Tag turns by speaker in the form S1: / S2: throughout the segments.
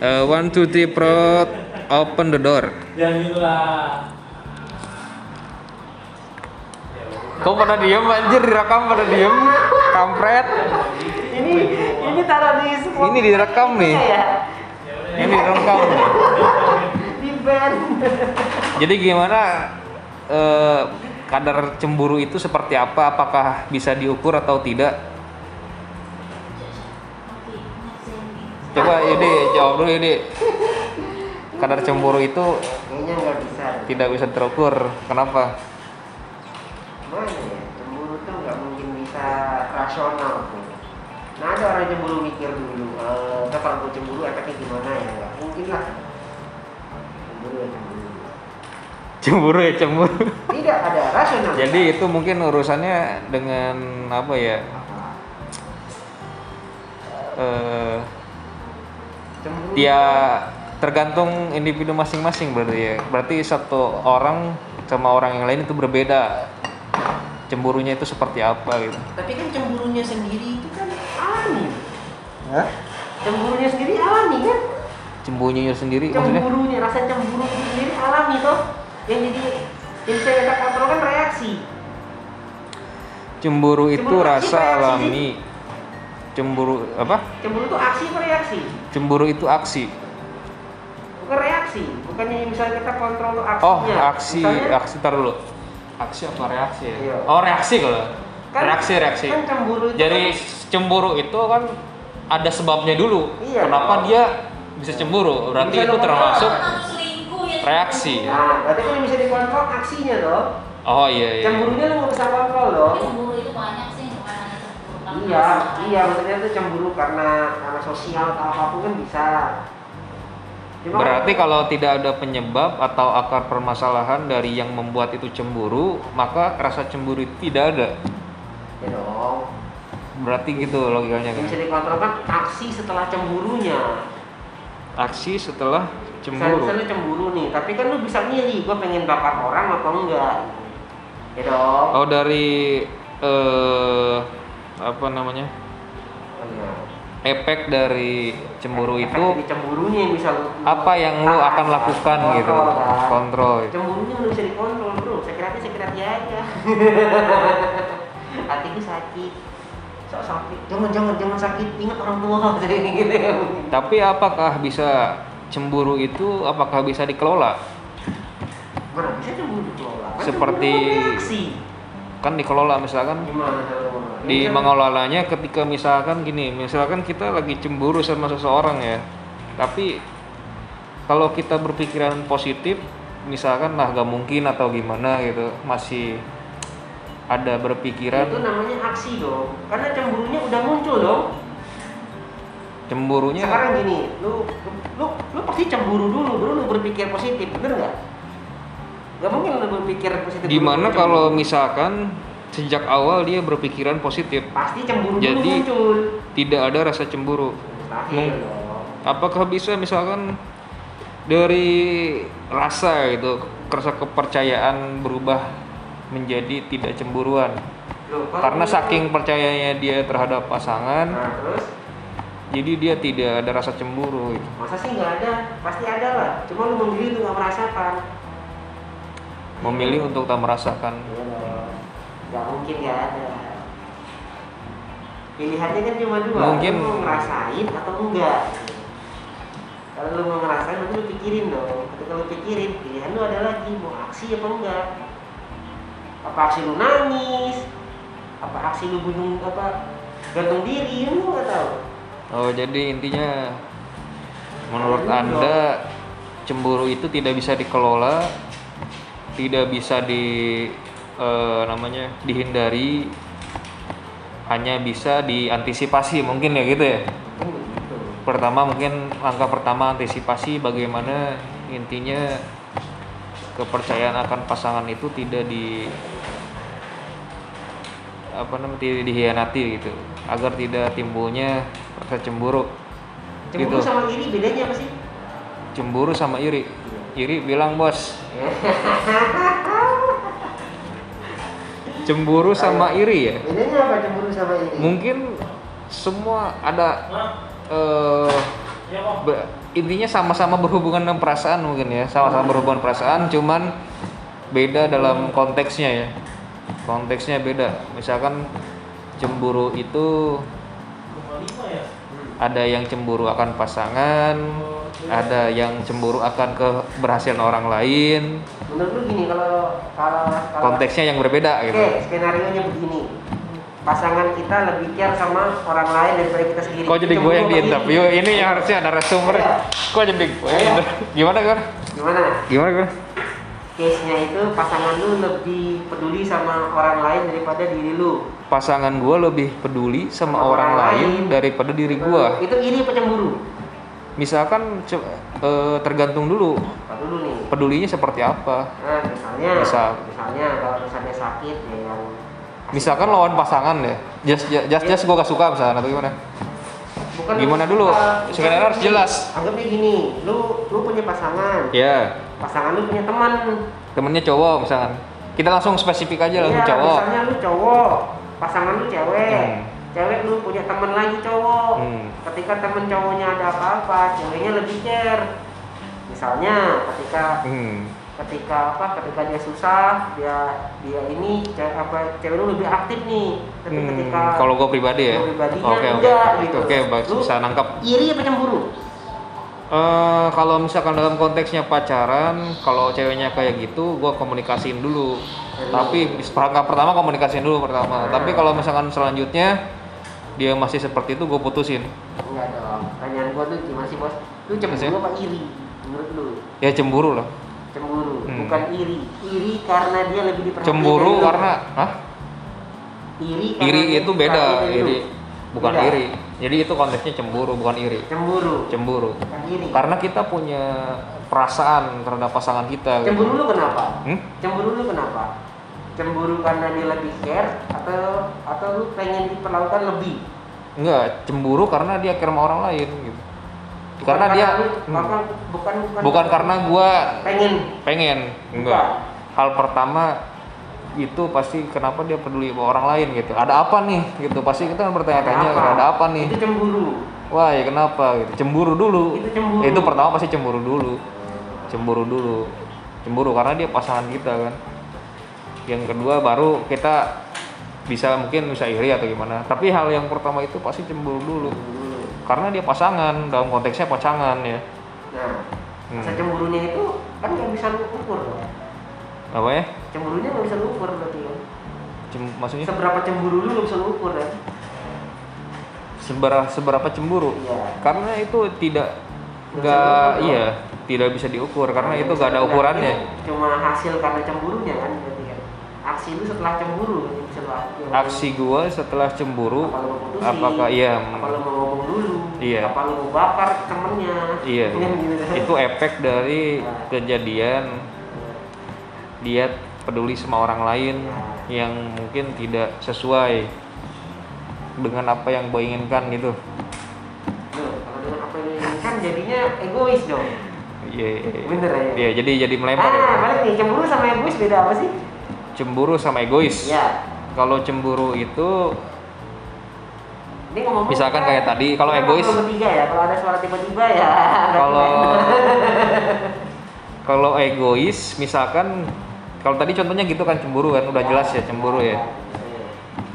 S1: Uh, one, two, three, Prod. Open the door.
S2: Yang inilah.
S3: Kau pada diem anjir direkam pada diem kampret
S4: Ini ini taruh di semua.
S3: Ini direkam nih.
S4: Ya,
S3: ini direkam nih.
S4: di band.
S3: Jadi gimana eh, kadar cemburu itu seperti apa? Apakah bisa diukur atau tidak? Coba ini jawab dulu ini. Kadar cemburu itu
S4: Kayaknya nggak bisa. deh.
S3: tidak bisa terukur. Kenapa?
S4: Gimana ya? Cemburu tuh nggak mungkin bisa rasional tuh. Nah ada orang cemburu mikir dulu. Eh, ntar kalau gue cemburu efeknya gimana ya? Nggak mungkin lah. Cemburu ya cemburu.
S3: Cemburu ya cemburu.
S4: Tidak ada rasional.
S3: Jadi itu mungkin urusannya dengan apa ya? Eh,
S4: cemburu.
S3: ya tergantung individu masing-masing berarti ya. Berarti satu orang sama orang yang lain itu berbeda. Cemburunya itu seperti apa gitu.
S4: Tapi kan cemburunya sendiri itu kan alami. Cemburunya sendiri alami kan?
S3: Cemburunya sendiri maksudnya?
S4: Cemburunya, rasa cemburu itu sendiri alami toh. Yang jadi yang bisa kita kontrol kan reaksi.
S3: Cemburu itu
S4: Cemburu apa sih,
S3: rasa
S4: Pak?
S3: alami. Cemburu apa?
S4: Cemburu itu aksi apa reaksi?
S3: Cemburu itu aksi.
S4: Bukan reaksi, bukannya misalnya kita kontrol aksinya.
S3: Oh, aksi,
S4: Iya. Misalnya,
S3: aksi tar dulu. Aksi apa reaksi? ya?
S4: Iya.
S3: Oh, reaksi kalau.
S4: kan-
S3: reaksi, reaksi.
S4: Kan cemburu itu
S3: Jadi
S4: kan-
S3: cemburu itu kan ada sebabnya dulu.
S4: Iya.
S3: Kenapa dia bisa cemburu? Berarti
S4: Bisa
S3: itu
S4: nomor
S3: termasuk
S4: dua.
S3: reaksi.
S4: Nah, berarti kan yang bisa dikontrol aksinya loh.
S3: Oh iya iya.
S4: Cemburunya lu nggak bisa kontrol loh.
S5: Cemburu itu banyak sih, bukan hanya cemburu. Tapi
S4: Iya,
S5: masalah.
S4: iya maksudnya itu cemburu karena karena sosial atau apapun kan bisa. Cuma kan-
S3: Berarti kalau tidak ada penyebab atau akar permasalahan dari yang membuat itu cemburu, maka rasa cemburu itu tidak ada.
S4: ya dong.
S3: Berarti gitu logikanya
S4: Yang
S3: kan.
S4: bisa dikontrol kan aksi setelah cemburunya.
S3: Aksi setelah
S4: Misalnya,
S3: cemburu.
S4: misalnya cemburu nih, tapi kan lu bisa milih gue pengen bakar orang atau enggak. Ya dong.
S3: Oh dari eh apa namanya?
S4: Iya.
S3: Efek dari cemburu
S4: Efek
S3: itu
S4: dari cemburunya yang bisa lu Ah,
S3: apa yang lu akan lakukan
S4: kontrol,
S3: gitu
S4: kan.
S3: kontrol
S4: Cemburunya lu bisa dikontrol bro. Sekretnya sekret dia aja. Hatiku sakit. Sok sakit. Jangan jangan jangan sakit. Ingat orang tua kayak gitu.
S3: tapi apakah bisa cemburu itu apakah bisa dikelola
S4: Mana bisa cemburu dikelola? Kan
S3: Seperti-
S4: cemburu kan reaksi.
S3: kan dikelola misalkan
S4: Gimana kalau-
S3: di
S4: Misalnya-
S3: mengelolanya ketika misalkan gini misalkan kita lagi cemburu sama seseorang ya tapi kalau kita berpikiran positif misalkan nah gak mungkin atau gimana gitu masih ada
S4: itu nah,
S3: berpikiran
S4: namanya aksi dong karena cemburunya udah muncul dong
S3: cemburunya
S4: sekarang gini lu lu lu pasti cemburu dulu baru lu berpikir positif bener nggak nggak mungkin lu berpikir positif dulu,
S3: gimana
S4: baru
S3: kalau
S4: cemburu.
S3: misalkan sejak awal dia berpikiran positif
S4: pasti cemburu dulu
S3: Jadi-
S4: muncul
S3: tidak ada rasa cemburu
S4: mustahil
S3: Mung-
S4: dong
S3: apakah bisa misalkan dari rasa gitu rasa kepercayaan berubah menjadi tidak cemburuan
S4: Loh, kalau
S3: karena
S4: lu-
S3: saking percayanya dia terhadap pasangan
S4: nah, terus
S3: jadi dia tidak ada rasa cemburu gitu.
S4: masa sih nggak ada pasti ada lah cuma lu memilih untuk nggak merasakan
S3: memilih untuk tak merasakan
S4: Iya dong. nggak mungkin nggak ada pilihannya kan cuma dua
S3: Mungkin-
S4: lu mau ngerasain atau enggak kalau lu mau ngerasain berarti lu pikirin dong ketika lu pikirin pilihan lu ada lagi mau aksi apa enggak apa aksi lu nangis apa aksi lu gunung apa gantung diri lu nggak tahu
S3: oh jadi intinya menurut anda cemburu itu tidak bisa dikelola tidak bisa di eh, namanya dihindari hanya bisa diantisipasi mungkin ya gitu ya
S4: Kan begitu.
S3: pertama mungkin langkah pertama antisipasi bagaimana intinya kepercayaan akan pasangan itu tidak di apa namanya tidak dihianati gitu agar tidak timbulnya rasa cemburu
S4: cemburu
S3: gitu
S4: sama iri bedanya apa sih
S3: cemburu sama iri iri bilang bos cemburu sama iri ya
S4: bedanya apa cemburu sama iri
S3: mungkin semua ada eh, be- intinya sama-sama berhubungan dengan perasaan mungkin ya sama-sama berhubungan perasaan cuman beda dalam konteksnya ya konteksnya beda misalkan cemburu itu ada yang cemburu akan pasangan ada yang cemburu akan keberhasilan orang lain
S4: menurut lu gini kalau kalau kalau-
S3: konteksnya yang berbeda
S4: oke
S3: gitu
S4: skenario nya begini pasangan kita lebih care sama orang lain daripada kita sendiri
S3: kok jadi
S4: Itu
S3: gue yang di
S4: menurut lu
S3: interview ini yang harusnya ada narasumber kok jadi gue yang di- gimana kan
S4: gimana
S3: gimana gue
S4: case nya itu pasangan lu lebih peduli sama orang lain daripada diri lu
S3: pasangan gue lebih peduli sama orang, lain daripada diri gue
S4: Eh, itu iri apa cemburu
S3: misalkan ce- eh, tergantung dulu
S4: Ntar dulu nih
S3: pedulinya seperti apa
S4: nah misalnya
S3: Misal.
S4: misalnya kalau misalnya sakit ya yang
S3: misalkan lawan pasangan ya jas jas jas gue gak suka misalnya atau gimana
S4: bukan
S3: Gimana dulu?
S4: Bukan.
S3: Skenario harus jelas.
S4: anggapnya gini lu lu punya pasangan
S3: ya
S4: pasangan lu punya teman
S3: temennya cowok misalkan kita langsung spesifik aja langsung
S4: Iya,
S3: cowok
S4: misalnya lu cowok pasangan lu cewek
S3: Hmm.
S4: cewek lu punya teman lagi cowok
S3: Hmm.
S4: ketika temen cowoknya ada apa-apa ceweknya lebih care misalnya ketika
S3: hmm.
S4: ketika apa ketika dia susah dia dia ini cewek apa cewek lu lebih aktif nih tapi
S3: Hmm,
S4: ketika
S3: kalau gue pribadi ya
S4: Gua pribadinya
S3: oke oke
S4: enggak, gitu.
S3: oke bak-
S4: Lu-
S3: bisa nangkap
S4: iri apa cemburu
S3: Eh, kalau misalkan dalam konteksnya pacaran, kalau ceweknya kayak gitu, gua komunikasiin dulu. Tapi bis- perangkap pertama komunikasiin dulu pertama. Tapi kalau misalkan selanjutnya dia masih seperti itu, gue putusin.
S4: enggak dong pertanyaan gua tuh gimana sih bos lu cemburu
S3: Maksudnya?
S4: apa iri menurut lu
S3: Ya cemburu lah.
S4: cemburu
S3: Hmm.
S4: bukan iri iri karena dia lebih diperhatikan dari
S3: Cemburu
S4: lu.
S3: karena, hah?
S4: iri karena dia
S3: Iri itu beda.
S4: diperhatikan dari lu.
S3: Iri bukan
S4: Beda.
S3: iri. Jadi itu konteksnya cemburu, bukan iri.
S4: cemburu
S3: Cemburu.
S4: bukan iri
S3: Karena kita punya perasaan terhadap pasangan kita. gitu.
S4: cemburu lu kenapa
S3: Hmm?
S4: cemburu lu kenapa cemburu karena dia lebih care atau atau lu pengen diperlakukan lebih
S3: Enggak, cemburu karena dia care sama orang lain gitu.
S4: Bukan
S3: Karena dia
S4: lu-
S3: hmm.
S4: bukan, bukan bukan
S3: bukan karena gua
S4: pengen
S3: pengen enggak hal pertama itu pasti kenapa dia peduli sama orang lain gitu ada apa nih gitu pasti kita kan bertanya-tanya
S4: Kenapa?
S3: ada apa nih
S4: itu cemburu
S3: wah ya kenapa gitu cemburu dulu
S4: Itu cemburu.
S3: itu pertama pasti cemburu dulu cemburu dulu cemburu karena dia pasangan kita kan yang kedua baru kita bisa mungkin bisa iri atau gimana tapi hal yang pertama itu pasti cemburu dulu
S4: Cemburu.
S3: karena dia pasangan dalam konteksnya pasangan ya
S4: nah
S3: Hmm.
S4: rasa cemburunya itu kan nggak bisa lu ukur dong.
S3: apa ya
S4: cemburunya nggak bisa lu ukur berarti kan
S3: Cem- maksudnya
S4: seberapa cemburu lu nggak bisa lu ukur kan
S3: seberapa seberapa cemburu
S4: Iya.
S3: karena itu tidak
S4: Nggak
S3: nggak
S4: bisa diukur.
S3: iya tidak bisa diukur karena
S4: Nah,
S3: itu nggak ada
S4: sebenarnya
S3: ukurannya
S4: cuma hasil karena cemburunya kan berarti kan aksi lu setelah cemburu kan, setelah
S3: aksi gua setelah cemburu
S4: apa lu mau putusin,
S3: apakah iya
S4: apa lu mau ngomong dulu
S3: Iya.
S4: apa lu mau bakar temennya
S3: iya
S4: Kan gitu.
S3: itu efek dari
S4: Nah.
S3: kejadian dia peduli sama orang lain yang mungkin tidak sesuai dengan apa yang gua inginkan gitu
S4: Loh, kalau dengan apa yang diinginkan jadinya egois dong
S3: iya iya, iya.
S4: Bener ya?
S3: Iya, jadi jadi melempar ya.
S4: ah balik nih cemburu sama egois beda apa sih
S3: cemburu sama egois
S4: Iya.
S3: kalau cemburu itu
S4: Ini ngomong
S3: Misalkan kayak tadi, kalau egois-
S4: Tiga ya, kalau ada suara tiba-tiba ya. ada ya?
S3: kalau
S4: yang-
S3: kalau egois misalkan kalau tadi contohnya gitu kan cemburu kan udah jelas ya cemburu ya
S4: Iya.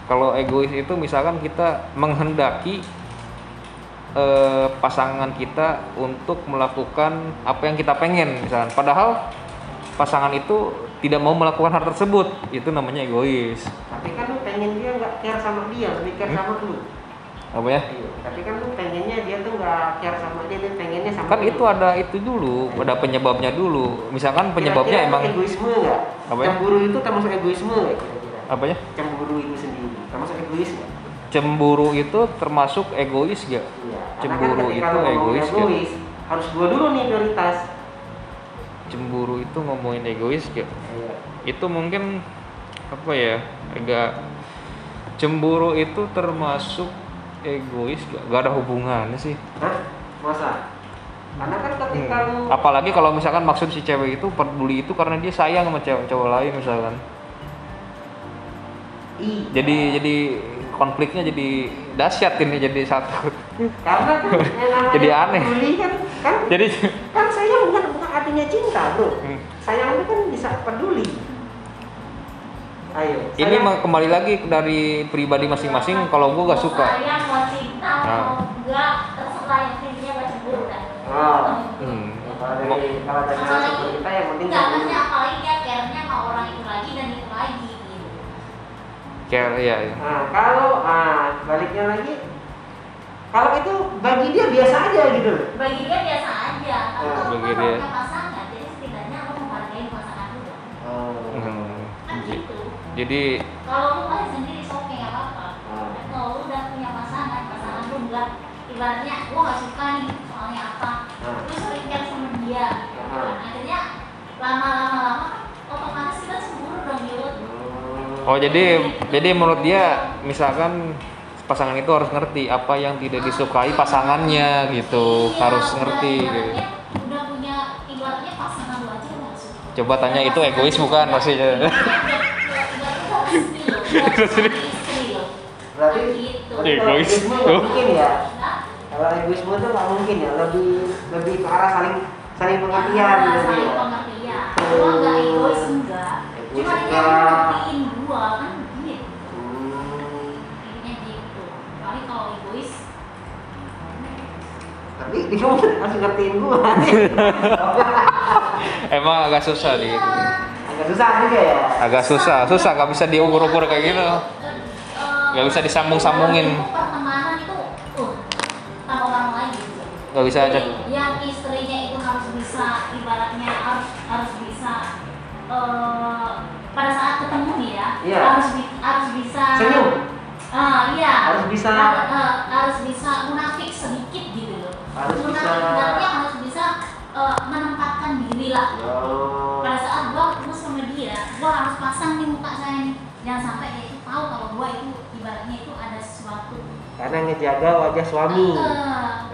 S3: kalau egois itu misalkan kita menghendaki eh, pasangan kita untuk melakukan apa yang kita pengen misalkan padahal pasangan itu tidak mau melakukan hal tersebut itu namanya egois
S4: Tapi kan lu pengen dia nggak care sama dia, lebih care
S3: Hmm?
S4: sama lu.
S3: apa ya
S4: Iya. Tapi kan lu pengennya dia tuh nggak care sama dia, dia pengennya sama.
S3: kan
S4: lu.
S3: itu ada itu dulu ada penyebabnya dulu misalkan
S4: Kira-kira
S3: penyebabnya
S4: itu
S3: emang
S4: egoisme nggak?
S3: Apa ya?
S4: Cemburu itu termasuk egoisme nggak kira-kira?
S3: apa ya
S4: Cemburu itu sendiri termasuk egois nggak?
S3: cemburu itu termasuk egois gak
S4: Iya.
S3: Cemburu
S4: Karena kan ketika
S3: itu
S4: lu ngomong
S3: egois, ya?
S4: egois harus gua dulu nih prioritas.
S3: cemburu itu ngomongin egois gak?
S4: Iya.
S3: Itu mungkin apa ya? Agak cemburu itu termasuk egois gak? Gak ada hubungannya sih. Hmm.
S4: Hah? Masa? Karena kan ketika lu
S3: Apalagi kalau misalkan maksud si cewek itu peduli itu karena dia sayang sama cewek cowok lain misalkan.
S4: Iya.
S3: Jadi jadi konfliknya jadi dahsyat ini jadi satu.
S4: karena kan yang namanya
S3: Jadi aneh.
S4: peduli kan kan
S3: Jadi
S4: kan sayang bukan bukan artinya cinta bro
S3: Hmm.
S4: sayang itu kan bisa peduli ayo
S3: ini
S4: sayang.
S3: mah kembali lagi dari pribadi masing-masing kalau gua gak suka.
S5: Saya mau cinta
S3: Nah.
S5: mau enggak terserah yang pentingnya gak cemburu kan.
S4: Ah.
S3: Hmm.
S4: Ya, kalau dari kalau dari
S5: Apalagi-
S4: nasib kita yang penting
S5: Enggak,
S4: peduli.
S5: maksudnya apalagi dia care-nya sama orang itu lagi dan itu lagi gitu.
S3: Care ya. ya.
S4: nah kalau ah baliknya lagi kalau itu bagi dia biasa aja gitu loh
S5: Bagi dia biasa aja. Tapi
S4: Oh,
S5: kalau
S3: bagi
S5: kamu
S3: dia.
S5: punya pasangan, jadi setidaknya kamu menghargai pasangan dulu.
S4: Ah,
S3: Hmm.
S5: Kan
S3: J-
S5: gitu.
S3: Jadi
S5: Kalau lu masih sendiri it's okay nggak apa-apa.
S4: Hmm.
S5: Tapi Kalau lu udah punya pasangan, pasangan lu enggak ibaratnya gua nggak suka nih soalnya apa.
S4: Hmm.
S5: Lu sering care sama dia.
S4: Hmm.
S5: Akhirnya lama-lama lama kan otomatis kita cemburu dong Yud.
S3: Oh jadi jadi menurut dia misalkan pasangan itu harus ngerti apa yang tidak disukai pasangannya gitu
S5: Iya,
S3: harus
S5: udah
S3: ngerti gitu.
S5: ibaratnya- Udah punya ibaratnya pasangan lu aja nggak suka.
S3: Coba tanya itu egois bukan
S5: Iya,
S3: pastinya.
S5: iya, iya, iya, iya.
S4: berarti
S5: Gitu.
S4: berarti kalau
S3: Egois.
S4: egoisme nggak mungkin ya
S5: Nah,
S4: kalau egoisme itu nggak mungkin ya lebih lebih ke arah saling saling pengertian
S5: Nah,
S4: gitu
S5: saling
S4: ya
S5: pengertian. Gua nggak egois enggak.
S4: Egois
S5: Cuma dia
S4: enggak.
S5: ngertiin gua kan gitu.
S4: Hmm.
S5: Intinya gitu. Paling kalau egois
S4: tapi dia masih ngertiin gua
S3: Emang agak susah
S5: Iya.
S3: di
S4: agak susah juga ya
S3: agak susah susah nggak bisa diukur-ukur kayak gitu.
S5: Eh,
S3: Nggak bisa disambung-sambungin.
S5: itu Pertemanan itu uh, tambah orang lain gitu.
S3: Nggak bisa
S5: Jadi,
S3: cek.
S5: yang istrinya itu harus bisa ibaratnya harus harus bisa eh, pada saat ketemu nih ya
S4: Iya.
S5: harus bi- harus bisa
S4: senyum
S5: Ah, iya.
S4: Harus bisa-
S5: Har- eh, harus bisa munafik sedikit gitu loh.
S4: Harus
S5: munafik
S4: bisa-
S5: artinya harus bisa eh, menempatkan diri lah.
S4: Oh.
S5: Pada saat gua ketemu sama dia, gua harus pasang di muka saya nih. Jangan sampai dia itu tahu kalau gua itu ibaratnya itu ada sesuatu.
S4: karena ngejaga wajah suami
S5: Eh,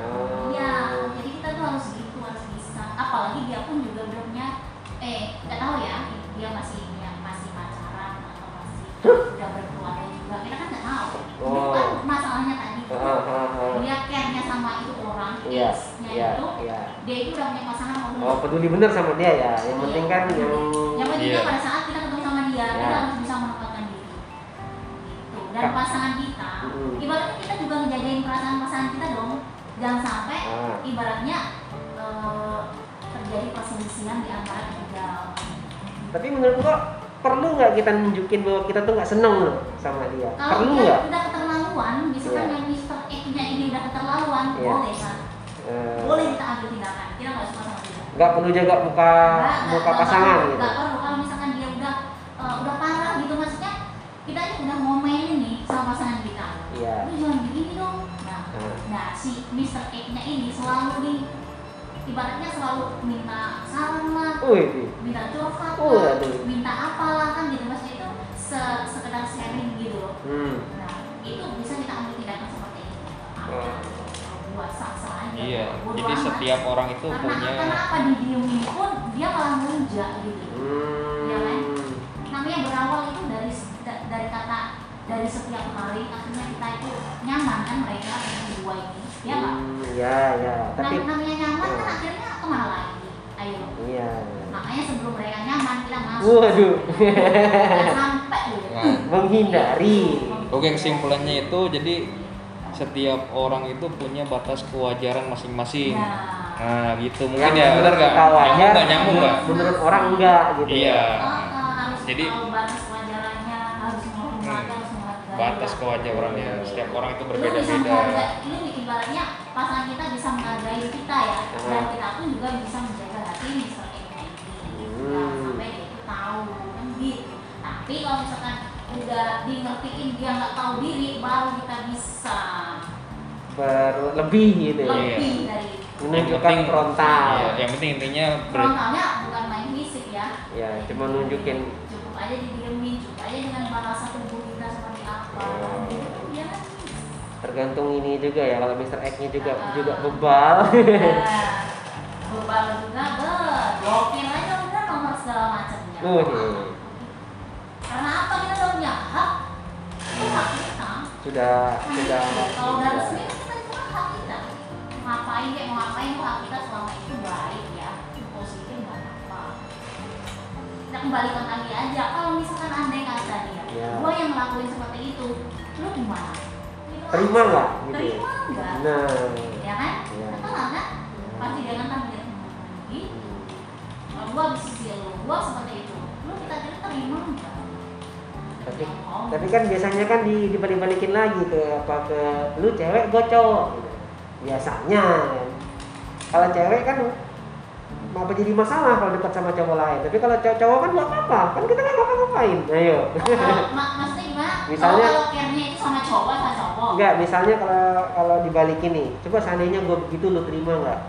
S4: Oh.
S5: Iya. Jadi kita tuh harus gitu, harus bisa. Apalagi dia pun juga belum nya eh nggak tahu ya, dia masih dia masih pacaran atau masih udah berkeluarga juga. Kita kan nggak tahu. Itu
S4: Oh.
S5: kan masalahnya tadi.
S4: Ah, ah, ah.
S5: Dia care-nya sama itu orang,
S4: iya
S5: ex-nya
S4: iya
S5: itu,
S4: iya
S5: dia itu udah punya pasangan atau belum?
S4: oh peduli bener sama dia ya yang penting kan yang
S5: Yang penting
S3: Iya.
S5: kan pada saat kita ketemu sama dia, kita
S4: Ya.
S5: harus bisa melupakan diri. Gitu. Dan
S4: Kak.
S5: pasangan kita,
S4: Mm.
S5: ibaratnya kita juga ngejagain perasaan pasangan kita dong. Jangan sampai
S4: Ah.
S5: ibaratnya eh, terjadi perselisihan di antara ketiga.
S4: tapi menurut gua perlu nggak kita nunjukin bahwa kita tuh nggak seneng loh sama dia
S5: Kalau
S4: perlu
S5: dia
S4: nggak
S5: udah keterlaluan, misalkan
S4: Iya.
S5: yang Mister X-nya ini udah keterlaluan,
S4: Iya.
S5: boleh kan?
S4: Eh,
S5: Boleh kita ambil tindakan. Kita nggak suka sama dia.
S4: nggak perlu jaga muka muka Ah, pasangan gitu
S5: Gak perlu kalau misalkan dia udah eh, udah parah gitu maksudnya kita ini udah ngomelin nih sama pasangan kita.
S4: Iya.
S5: Lu jangan begini dong. Nah,
S4: Hmm.
S5: nah si Mr. X-nya ini selalu nih ibaratnya selalu minta saran lah,
S4: wih wih.
S5: minta curhat
S4: Oh,
S5: lah,
S4: aduh.
S5: minta apalah kan gitu maksudnya itu se- sekedar sharing gitu loh.
S4: hmm.
S5: Nah, itu bisa kita ambil tindakan seperti itu. Iya,
S4: Oh.
S5: Buat sah-sah aja.
S3: Iya.
S5: bodo
S3: Jadi
S5: amat.
S3: setiap orang itu
S5: karena, karena
S3: punya
S5: apa didiemin pun dia malah melunjak gitu. Iya kan?
S4: Hmm.
S5: namanya berawal itu dari da- dari kata dari setiap hari akhirnya kita itu nyaman kan mereka yang berdua ini ya nggak
S4: Hmm, ya ya tapi
S5: Nam- namanya nyaman kan
S4: Iya.
S5: akhirnya kemana lagi ayo
S4: iya
S5: makanya sebelum mereka nyaman kita masuk
S4: waduh
S5: Jangan sampai gitu
S3: Nah,
S4: menghindari
S3: Oke kesimpulannya itu jadi setiap orang itu punya batas kewajaran masing-masing.
S5: Ya.
S3: Nah gitu
S4: Yang
S3: mungkin ya benar
S4: menurut
S3: nggak?
S4: kita
S3: Nyambung
S4: wajar,
S3: nggak nyambung nggak?
S4: menurut orang enggak gitu
S3: Iya.
S5: Oh, oh, harus
S3: Jadi- Hmm.
S5: tahu batas wajarannya harus menghormati harus menghargai
S3: Batas
S5: lah.
S3: kewajarannya setiap orang itu
S5: Lu bisa
S3: berbeda-beda.
S5: menghargai, lu ibaratnya pasangan kita bisa menghargai kita ya, dan kita pun juga bisa menjaga hati Mr. Eka ini. Jangan
S4: Hmm.
S5: Nah, sampai dia itu tahu kan gitu. Tapi kalau misalkan udah di ngertiin dia nggak tahu diri, baru kita bisa
S4: baru lebih gitu ya
S5: lebih dari itu.
S3: Yang
S4: menunjukkan
S3: penting-
S4: frontal
S3: Iya, yang penting intinya ber-
S5: Frontalnya bukan main fisik ya.
S4: ya cuma nunjukin
S5: Cukup aja didiemin, cukup aja dengan bahasa tubuh kita seperti apa.
S4: Oh.
S5: Gitu, ya kan?
S4: tergantung ini juga ya kalau Mr. X nya juga
S5: Ah.
S4: juga bebal
S5: Bebal juga be, blokir aja udah nomor segala macamnya.
S4: Waduh.
S5: Karena apa kita udah punya hak? Itu hak kita.
S3: sudah sudah
S5: Nah, kalau udah resmi kan itu kan hak kita ngapain kayak mau ngapain itu hak kita selama itu baik ya itu positif nggak apa-apa kita kembalikan lagi aja kalau misalkan anda yang kata dia
S4: Ya.
S5: gua yang ngelakuin seperti itu lu gimana Gitu kan?
S4: terima nggak gitu ya?
S5: terima nggak
S4: nah
S5: ya kan
S4: Ya.
S5: Betul kan pasti dia akan melihat lagi kalau gua habis sisi lu gua seperti itu lu kita kira terima nggak
S4: tapi
S5: Ngomong.
S4: tapi kan biasanya kan di dibalik-balikin lagi ke apa ke lu cewek gue cowok gitu. biasanya kan. kalau cewek kan mau apa jadi masalah kalau dekat sama cowok lain tapi kalau cowok, cowok kan nggak apa-apa kan kita nggak ngapa-ngapain ayo
S5: Kalau- ma- maksudnya gimana?
S4: Misalnya-
S5: kalau kalau care-nya itu sama cowok sama cowok
S4: Enggak, misalnya kalau kalau dibalikin nih, coba seandainya gue begitu lu terima nggak?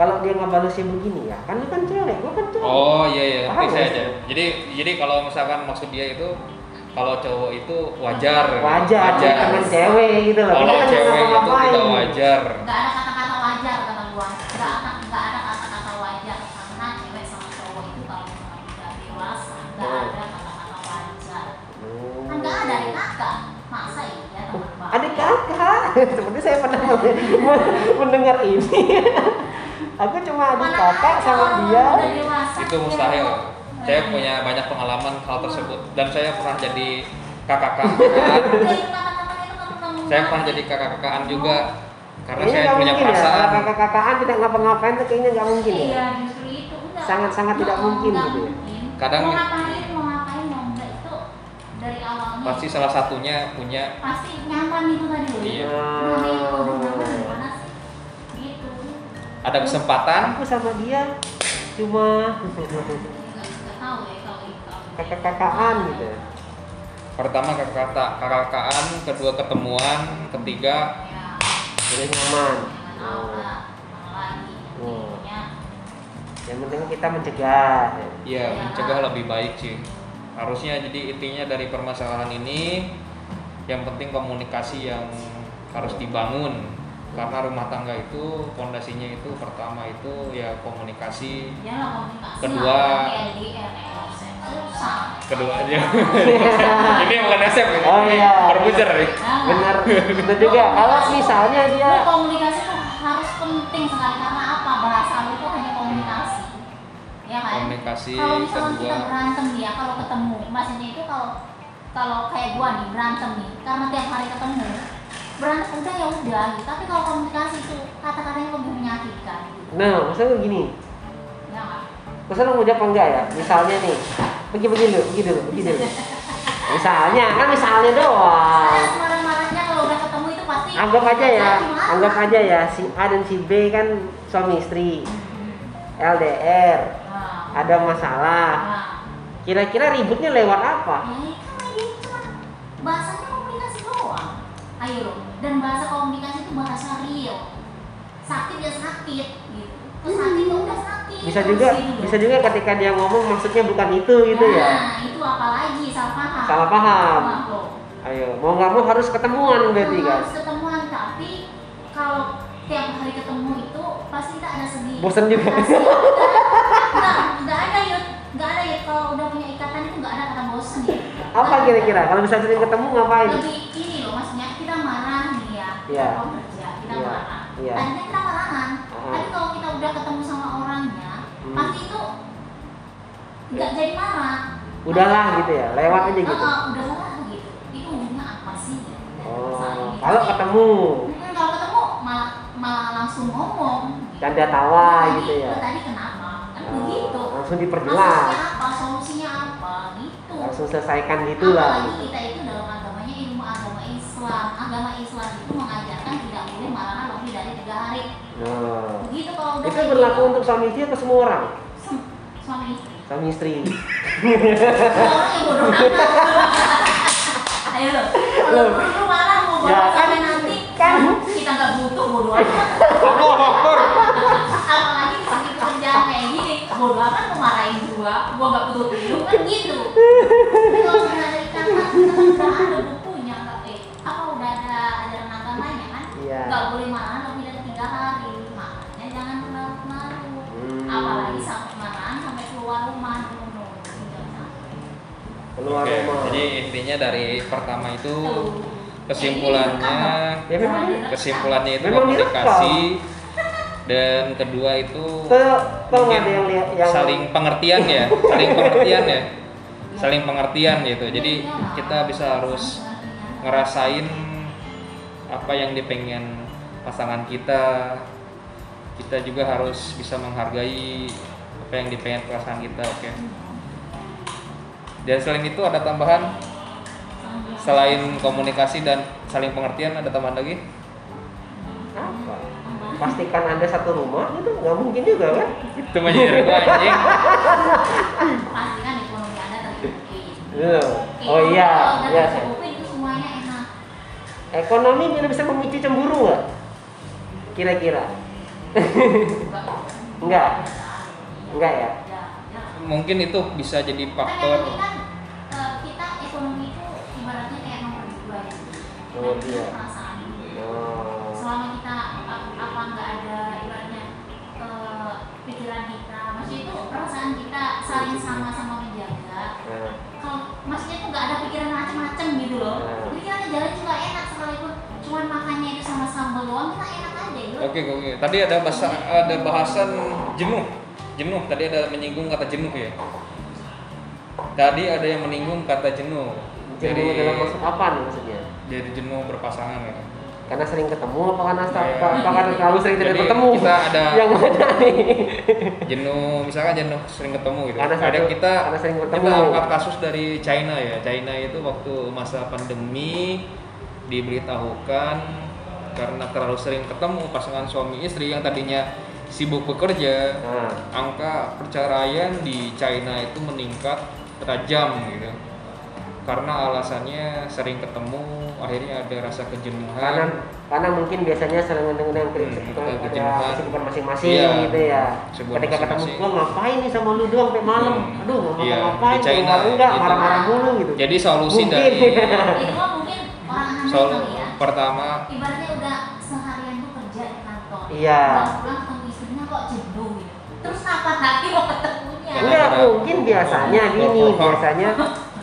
S4: Kalau dia nggak balesnya begini ya, kan lu kan cewek, gue kan cowok.
S3: Oh iya iya,
S4: Paham
S3: ngerti
S4: nggak
S3: saya
S4: sih?
S3: aja. Jadi jadi kalau misalkan maksud dia itu kalau cowok itu wajar.
S4: wajar, dia temen cewek gitu loh.
S3: Kalau
S4: Dia kan
S3: cewek
S4: nggak
S3: itu
S4: ngapa-ngapain.
S3: tidak wajar.
S5: nggak ada kata-kata wajar kata gua nggak ada nggak ada kata-kata wajar karena cewek sama cowok itu kalau memang tidak dewasa nggak
S4: Hmm.
S5: ada kata-kata wajar
S4: Hmm.
S5: kan nggak ada dari kakak masa iya
S4: Oh,
S5: teman baik
S4: Ada kakak, seperti saya pernah men- mendengar ini. Aku cuma ada
S5: Mana
S4: kakak
S5: ada
S4: sama
S5: orang
S4: dia.
S5: udah dewasa,
S3: Itu mustahil.
S5: cewek.
S3: Saya
S5: Hmm.
S3: punya banyak pengalaman hal tersebut dan saya pernah jadi kakak
S5: Dari kata-kata itu kan mengenai-
S3: saya pernah jadi kakak-kakakan juga karena
S4: Kayaknya
S3: saya
S4: nggak
S3: punya
S4: mungkin ya,
S3: perasaan.
S4: kalau kakak-kakakan tidak ngapa-ngapain tuh kayaknya nggak mungkin ya.
S5: iya justru itu udah
S4: Sangat-sangat tidak
S5: Nggak-
S4: mungkin
S5: nggak
S4: gitu ya.
S5: mungkin.
S3: Kadang-
S5: mau ngapain mau ngapain mau enggak itu dari awalnya
S3: Pasti salah satunya punya
S5: pasti nyaman itu tadi loh
S3: Iya.
S5: Nah, itu udah nyaman gimana sih gitu
S3: ada kesempatan
S4: Aku sama dia cuma
S5: Nggak- nggak tahu ya kalau itu kalau-
S4: kakak-kakakan gitu. ya.
S3: pertama kakak kakak-kakakan, kedua ketemuan, ketiga
S5: ya
S4: Jadi nyaman.
S5: nggak tahu lah Mau lagi
S4: Hmm.
S5: intinya
S4: Yang penting kita mencegah.
S3: ya mencegah lebih baik sih. Harusnya jadi intinya dari permasalahan ini yang penting komunikasi yang harus dibangun karena rumah tangga itu pondasinya itu pertama itu ya komunikasi
S5: ya lah komunikasi
S3: Kedua.
S5: lah, kayak LDR, LOS, ya, susah
S3: keduanya ini bukan SM ya
S4: Iya. Oh, iya.
S3: Perpujer, ya?
S5: Nah,
S4: Bener, bener juga. Kalau misalnya dia
S5: Lu komunikasi tuh harus penting sekali karena apa bahasa lu itu hanya komunikasi ya kan
S3: komunikasi
S5: kalau misalkan
S3: kedua
S5: kita berantem nih ya kalau ketemu maksudnya itu kalau kalau kayak gua nih berantem nih karena tiap hari ketemu berantem udah ya udah gitu. tapi kalau komunikasi itu kata-kata yang lebih menyakitkan gitu.
S4: Nah, maksud lu gini,
S5: ya kan
S4: maksud lu ngejawab apa enggak ya? Misalnya nih, pergi-pergi dulu, pergi dulu, pergi dulu. Misalnya, kan misalnya doang.
S5: Karena marah-marahnya kalau udah ketemu itu pasti
S4: Ah. Anggap aja ya,
S5: pasti marah.
S4: anggap aja ya, si A dan si B kan suami istri, LDR,
S5: Nah,
S4: ada masalah.
S5: nah.
S4: Kira-kira ributnya lewat apa?
S5: Ya, kan lagi itu kan bahasanya komunikasi doang. Ayo, dan bahasa komunikasi itu bahasa real. Sakit ya sakit, gitu. Terus sakit ya udah sakit.
S4: Bisa
S5: terus
S4: juga,
S5: gitu.
S4: bisa juga ketika dia ngomong maksudnya bukan itu gitu
S5: Nah,
S4: ya.
S5: itu apalagi salah paham.
S4: Salah paham.
S5: Wah, loh.
S4: Ayo, mau nggak mau harus ketemuan berarti
S5: Memang
S4: kan.
S5: Harus ketemuan, tapi kalau tiap hari ketemu itu pasti kita ada sedih.
S4: Bosen juga.
S5: Pasti ada. Enggak ada yuk, enggak ada ya kalau udah punya ikatan itu enggak ada kata bosen ya.
S4: Apa kira-kira? Kalau misalnya sering ketemu ngapain?
S5: lebih ini loh maksudnya kita marah nih ya
S4: Iya.
S5: kita mau kerja kita
S4: Iya.
S5: marah
S4: Iya.
S5: tadinya kita marahan
S4: Aha.
S5: tapi kalau kita udah ketemu sama orangnya
S4: Hmm.
S5: pasti itu nggak jadi marah
S4: Udahlah gitu ya, lewat aja gitu.
S5: Heeh, udahlah gitu itu umumnya apa sih
S4: Oh, kalau ketemu
S5: Mm, kalau ketemu malah malah langsung ngomong gitu.
S4: canda tawa
S5: Tadi-
S4: gitu ya.
S5: lo tadi kenapa kan
S4: Oh,
S5: begitu
S4: langsung
S5: maksudnya
S4: diperjelas,
S5: apa solusinya apa gitu
S4: langsung selesaikan
S5: Apalagi
S4: gitulah.
S5: kita itu dalam agamanya ilmu agama Islam. Agama Islam itu mengajarkan tidak boleh marahan lebih dari tiga hari.
S4: Nah,
S5: Begitu kalau udah
S4: itu
S5: kayak
S4: berlaku
S5: gitu,
S4: untuk suami istri atau semua orang?
S5: sem- suami istri.
S4: Suami istri.
S5: Kalau orang yang bodoh amat. Ayo loh, kalau
S4: Loh.
S5: lu marah mau bodoh
S4: Ya,
S5: sampai
S4: kan-
S5: nanti
S4: kan.
S5: kita nggak butuh bodoh amat.
S4: Oh,
S5: Apalagi sakit kerjaan kayak gini, bodoh amat mau marahin gua, gua nggak butuh tidur kan gitu. Tapi Kalau udah ada ikatan, kita udah ada bukunya, nggak- eh, apa udah ada ajaran agamanya kan?
S4: Iya.
S5: nggak boleh marahan lebih dari tiga hari makanya jangan malu-malu
S4: Hmm.
S5: apalagi sampai marahan sampai keluar rumah Gitu. dulu
S4: Keluar
S3: Oke,
S4: rumah.
S3: Jadi intinya dari pertama itu kesimpulannya Iya,
S4: Ya memang dia-
S3: kesimpulannya itu
S4: Memang direkam.
S3: komunikasi dan kedua itu
S4: Tuh, tuh
S3: mungkin
S4: ada yang lihat yang
S3: saling pengertian ya saling pengertian ya saling pengertian gitu jadi kita bisa harus ngerasain apa yang dipengen pasangan kita kita juga harus bisa menghargai apa yang dipengen pasangan kita oke dan selain itu ada tambahan selain komunikasi dan saling pengertian ada tambahan lagi
S4: apa? Pastikan anda satu rumah gitu, nggak mungkin juga kan?
S3: itu menyihir gua anjing
S5: pastikan ekonomi anda tercukupi.
S4: Iya.
S5: Oke,
S4: Oh iya,
S5: kalau udah
S4: iya.
S5: tercukupi itu semuanya enak.
S4: Ekonomi bisa bisa memicu cemburu nggak? Kira-kira?
S5: Enggak.
S4: Enggak, enggak ya.
S5: Ya, ya.
S3: mungkin itu bisa jadi
S5: Karena
S3: faktor
S5: ini kan eh, kita ekonomi itu ibaratnya kayak nomor dua ya.
S4: Nomor
S5: Nah, itu
S4: dua.
S5: perasaan.
S4: Oh.
S5: Selama kita ap- apa nggak ada ibaratnya eh, pikiran kita, maksudnya itu perasaan kita saling sama-sama menjaga.
S4: Nah,
S5: Kalau maksudnya tuh nggak ada pikiran macem-macem gitu loh.
S4: Hmm.
S5: Jadi kita jalan juga enak sekalipun cuman makannya itu sama sambal doang kita enak aja gitu.
S3: Oke, oke. Tadi ada bahasa ada bahasan jenuh. Jenuh tadi ada menyinggung kata jenuh ya. Tadi ada yang menyinggung kata jenuh.
S4: jadi
S3: Dari
S4: dalam maksud apa nih maksudnya?
S3: dari jenuh berpasangan ya.
S4: Karena sering ketemu apa karena
S3: Iya.
S4: apa, apa karena terlalu sering tidak
S3: Jadi
S4: bertemu?
S3: kita ada-
S4: yang mana nih?
S3: Jenuh misalkan jenuh sering ketemu gitu.
S4: Karena
S3: ada
S4: satu-
S3: kita
S4: karena sering ketemu.
S3: kita angkat kasus dari China ya. China itu waktu masa pandemi diberitahukan karena terlalu sering ketemu pasangan suami istri yang tadinya sibuk bekerja
S4: Nah,
S3: angka perceraian di China itu meningkat tajam gitu karena alasannya sering ketemu akhirnya ada rasa
S4: karena
S3: kejenuhan
S4: karena mungkin biasanya sering
S3: kan-
S4: mendengar
S3: Hmm,
S4: kritik
S3: betul,
S4: ada
S3: kejenuhan.
S4: kesibukan masing-masing
S3: Iya,
S4: gitu ya.
S3: kesibukan
S4: Ketika ketemu
S3: masing-masing.
S4: gua ngapain nih sama lu doang sampai malam?
S3: Hmm.
S4: Aduh, nggak
S3: Iya,
S4: ngapa-ngapain.
S3: di China,
S4: Kalau enggak
S3: gitu.
S4: marah-marah mulu gitu.
S3: jadi solusi
S4: Mungkin.
S3: dari
S5: Itu mah mungkin orang aneh
S3: sol
S5: kali ya.
S3: pertama
S5: ibaratnya udah seharian tuh kerja di kantor
S4: Iya.
S5: pulang-pulang ketemu istrinya kok jenuh gitu terus apa nanti mau ketemunya
S3: Karena
S4: Enggak,
S3: ada-
S4: mungkin biasanya
S3: Oh,
S4: gini,
S3: oh, oh.
S4: biasanya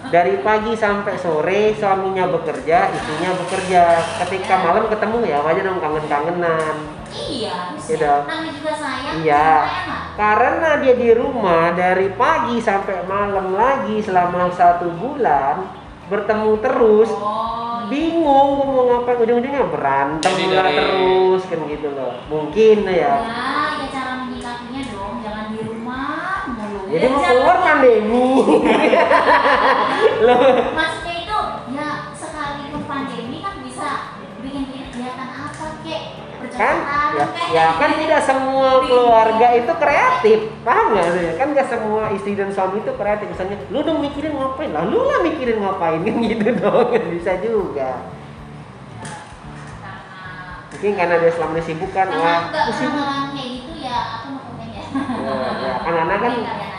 S4: dari pagi sampai sore suaminya bekerja, istrinya bekerja. Ketika malam ketemu ya wajar dong kangen-kangenan.
S5: iya terus
S4: Iya dong.
S5: namanya juga sayang
S4: Iya.
S5: sayang lah.
S4: Karena dia di rumah dari pagi sampai malam lagi selama satu bulan bertemu terus,
S5: oh iya.
S4: bingung gua mau ngapain ujung-ujungnya berantem
S3: Jadi
S4: lah
S3: dari-
S4: terus kan gitu loh. Mungkin
S5: ya
S4: ya.
S5: ya cara menyikapinya dong jangan di rumah mulu
S4: Jadi
S5: Ya,
S4: mau
S5: jangan-
S4: keluar kan, pandemi. Loh,
S5: maksudnya itu ya sekalipun pandemi kan bisa bikin kegiatan apa kek
S4: kan
S5: percakapan
S4: ya,
S5: kek.
S4: ya kan tidak semua keluarga itu kreatif paham nggak sih kan nggak semua istri dan suami itu kreatif misalnya lu dong mikirin ngapain lah lu lah mikirin ngapain kan gitu dong bisa juga
S5: Karena-
S4: mungkin karena dia selama ini sibuk kan wah
S5: Karena nggak
S4: aku sibuk
S5: orang kayak gitu ya aku mau komen ya. Iya,
S4: Nah, ya, kan anak kan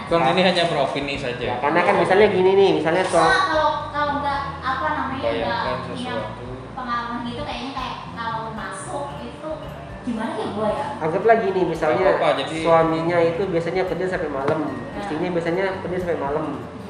S3: kan ini hanya beropini
S4: ya,
S3: saja
S4: karena kan misalnya gini nih misalnya soal
S5: Soalnya kalau kalau nggak apa namanya nggak
S3: bayangkan
S5: punya
S3: sesuatu
S5: pengalaman gitu kayaknya kayak kalau masuk itu gimana ya gua ya.
S4: anggaplah gini misalnya
S3: Nggak apa-apa, jadi-
S4: suaminya itu biasanya kerja sampai malam istrinya biasanya kerja sampai malam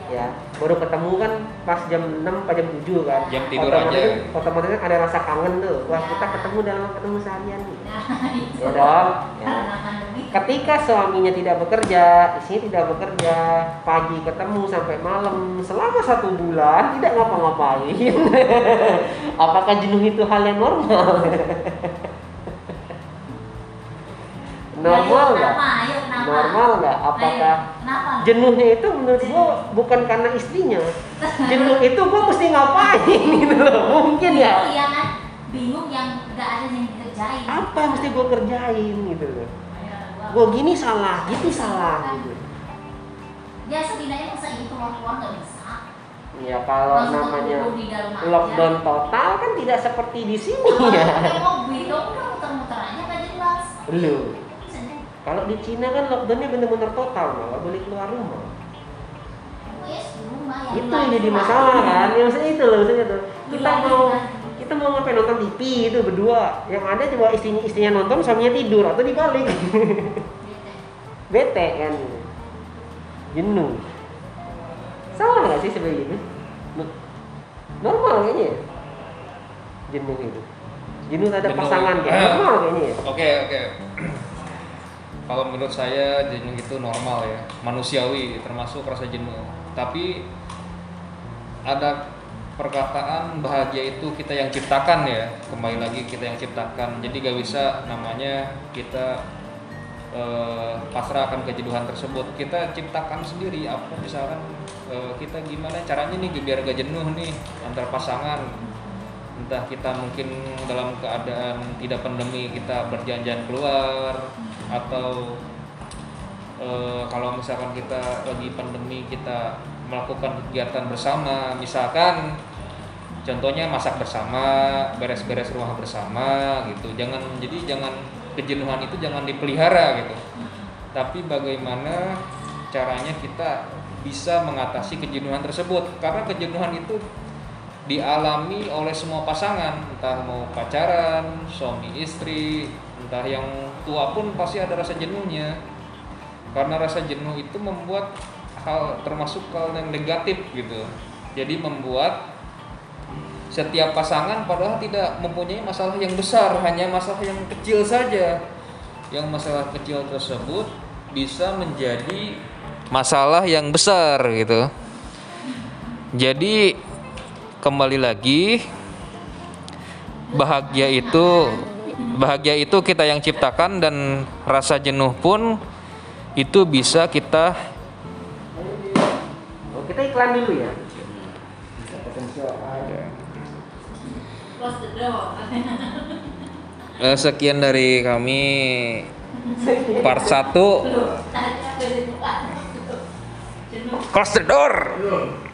S5: Iya.
S4: ya baru ketemu kan pas jam 6 pas jam 7 kan
S3: Jam tidur
S4: Otomatis-
S3: aja.
S4: otomatis kan ada rasa kangen tuh wah
S5: Iya.
S4: kita ketemu dalam ketemu seharian nih
S5: Nah, itu.
S4: ya
S5: Nah,
S4: dong ya.
S5: Karena pandemi.
S4: ketika suaminya tidak bekerja istrinya tidak bekerja pagi ketemu sampai malam selama satu bulan tidak ngapa-ngapain apakah jenuh itu hal yang normal normal
S5: Ayo,
S4: nggak
S5: Kenapa? Ayo kenapa?
S4: ya? normal nggak apakah
S5: Ayo, kenapa?
S4: jenuhnya itu menurut gua bukan karena istrinya jenuh itu gua mesti ngapain gitu loh mungkin
S5: Bingung
S4: ya
S5: ya kan? Bingung yang nggak ada yang dikerjain.
S4: apa yang mesti gua kerjain gitu loh
S5: Ayo, gua-
S4: gua gini salah gitu salah gitu
S5: Ya setidaknya masa itu keluar-keluar nggak bisa.
S4: ya kalau
S5: Langsung
S4: namanya
S5: kumpul di dalam aja.
S4: lockdown total kan tidak seperti di sini
S5: Kalau
S4: ya
S5: pakai mobil, ya udah muter-muter aja nggak jelas.
S4: loh
S5: Sedih.
S4: kalau di Cina kan lockdownnya bener-bener total nggak nggak boleh keluar rumah
S5: Gue ya di rumah ya.
S4: itu
S5: luar
S4: yang jadi
S5: rumah.
S4: masalah kan ya maksudnya itu loh maksudnya itu kita
S5: Luar
S4: mau
S5: rumah.
S4: kita mau ngapain nonton TV itu berdua yang ada cuma istrinya istrinya nonton suaminya tidur atau dibalik
S5: Gitu.
S4: bete kan jenuh salah nggak sih sebagai gitu normal kayaknya ya? jenuh itu jenuh ada
S3: Jenuh.
S4: pasangan kayak
S3: Ah.
S4: normal kayaknya ya
S3: Oke oke. Kalau menurut saya jenuh itu normal ya, manusiawi termasuk rasa jenuh. Tapi ada perkataan bahagia itu kita yang ciptakan ya, kembali lagi kita yang ciptakan. Jadi gak bisa namanya kita eh, pasrah akan kejenuhan tersebut. Kita ciptakan sendiri apa misalkan eh, kita gimana caranya nih biar gak jenuh nih antar pasangan entah kita mungkin dalam keadaan tidak pandemi kita berjanjian keluar atau eh, kalau misalkan kita lagi pandemi kita melakukan kegiatan bersama misalkan contohnya masak bersama beres-beres rumah bersama gitu jangan jadi jangan kejenuhan itu jangan dipelihara gitu tapi bagaimana caranya kita bisa mengatasi kejenuhan tersebut karena kejenuhan itu dialami oleh semua pasangan entah mau pacaran suami istri entah yang tua pun pasti ada rasa jenuhnya karena rasa jenuh itu membuat hal termasuk hal yang negatif gitu jadi membuat setiap pasangan padahal tidak mempunyai masalah yang besar hanya masalah yang kecil saja yang masalah kecil tersebut bisa menjadi masalah yang besar gitu jadi kembali lagi bahagia itu bahagia itu kita yang ciptakan dan rasa jenuh pun itu bisa kita
S4: oh, kita iklan dulu ya
S5: Close the door.
S3: Eh, sekian dari kami part 1
S5: Tadi aku dibuka. Jenuh.
S3: close the door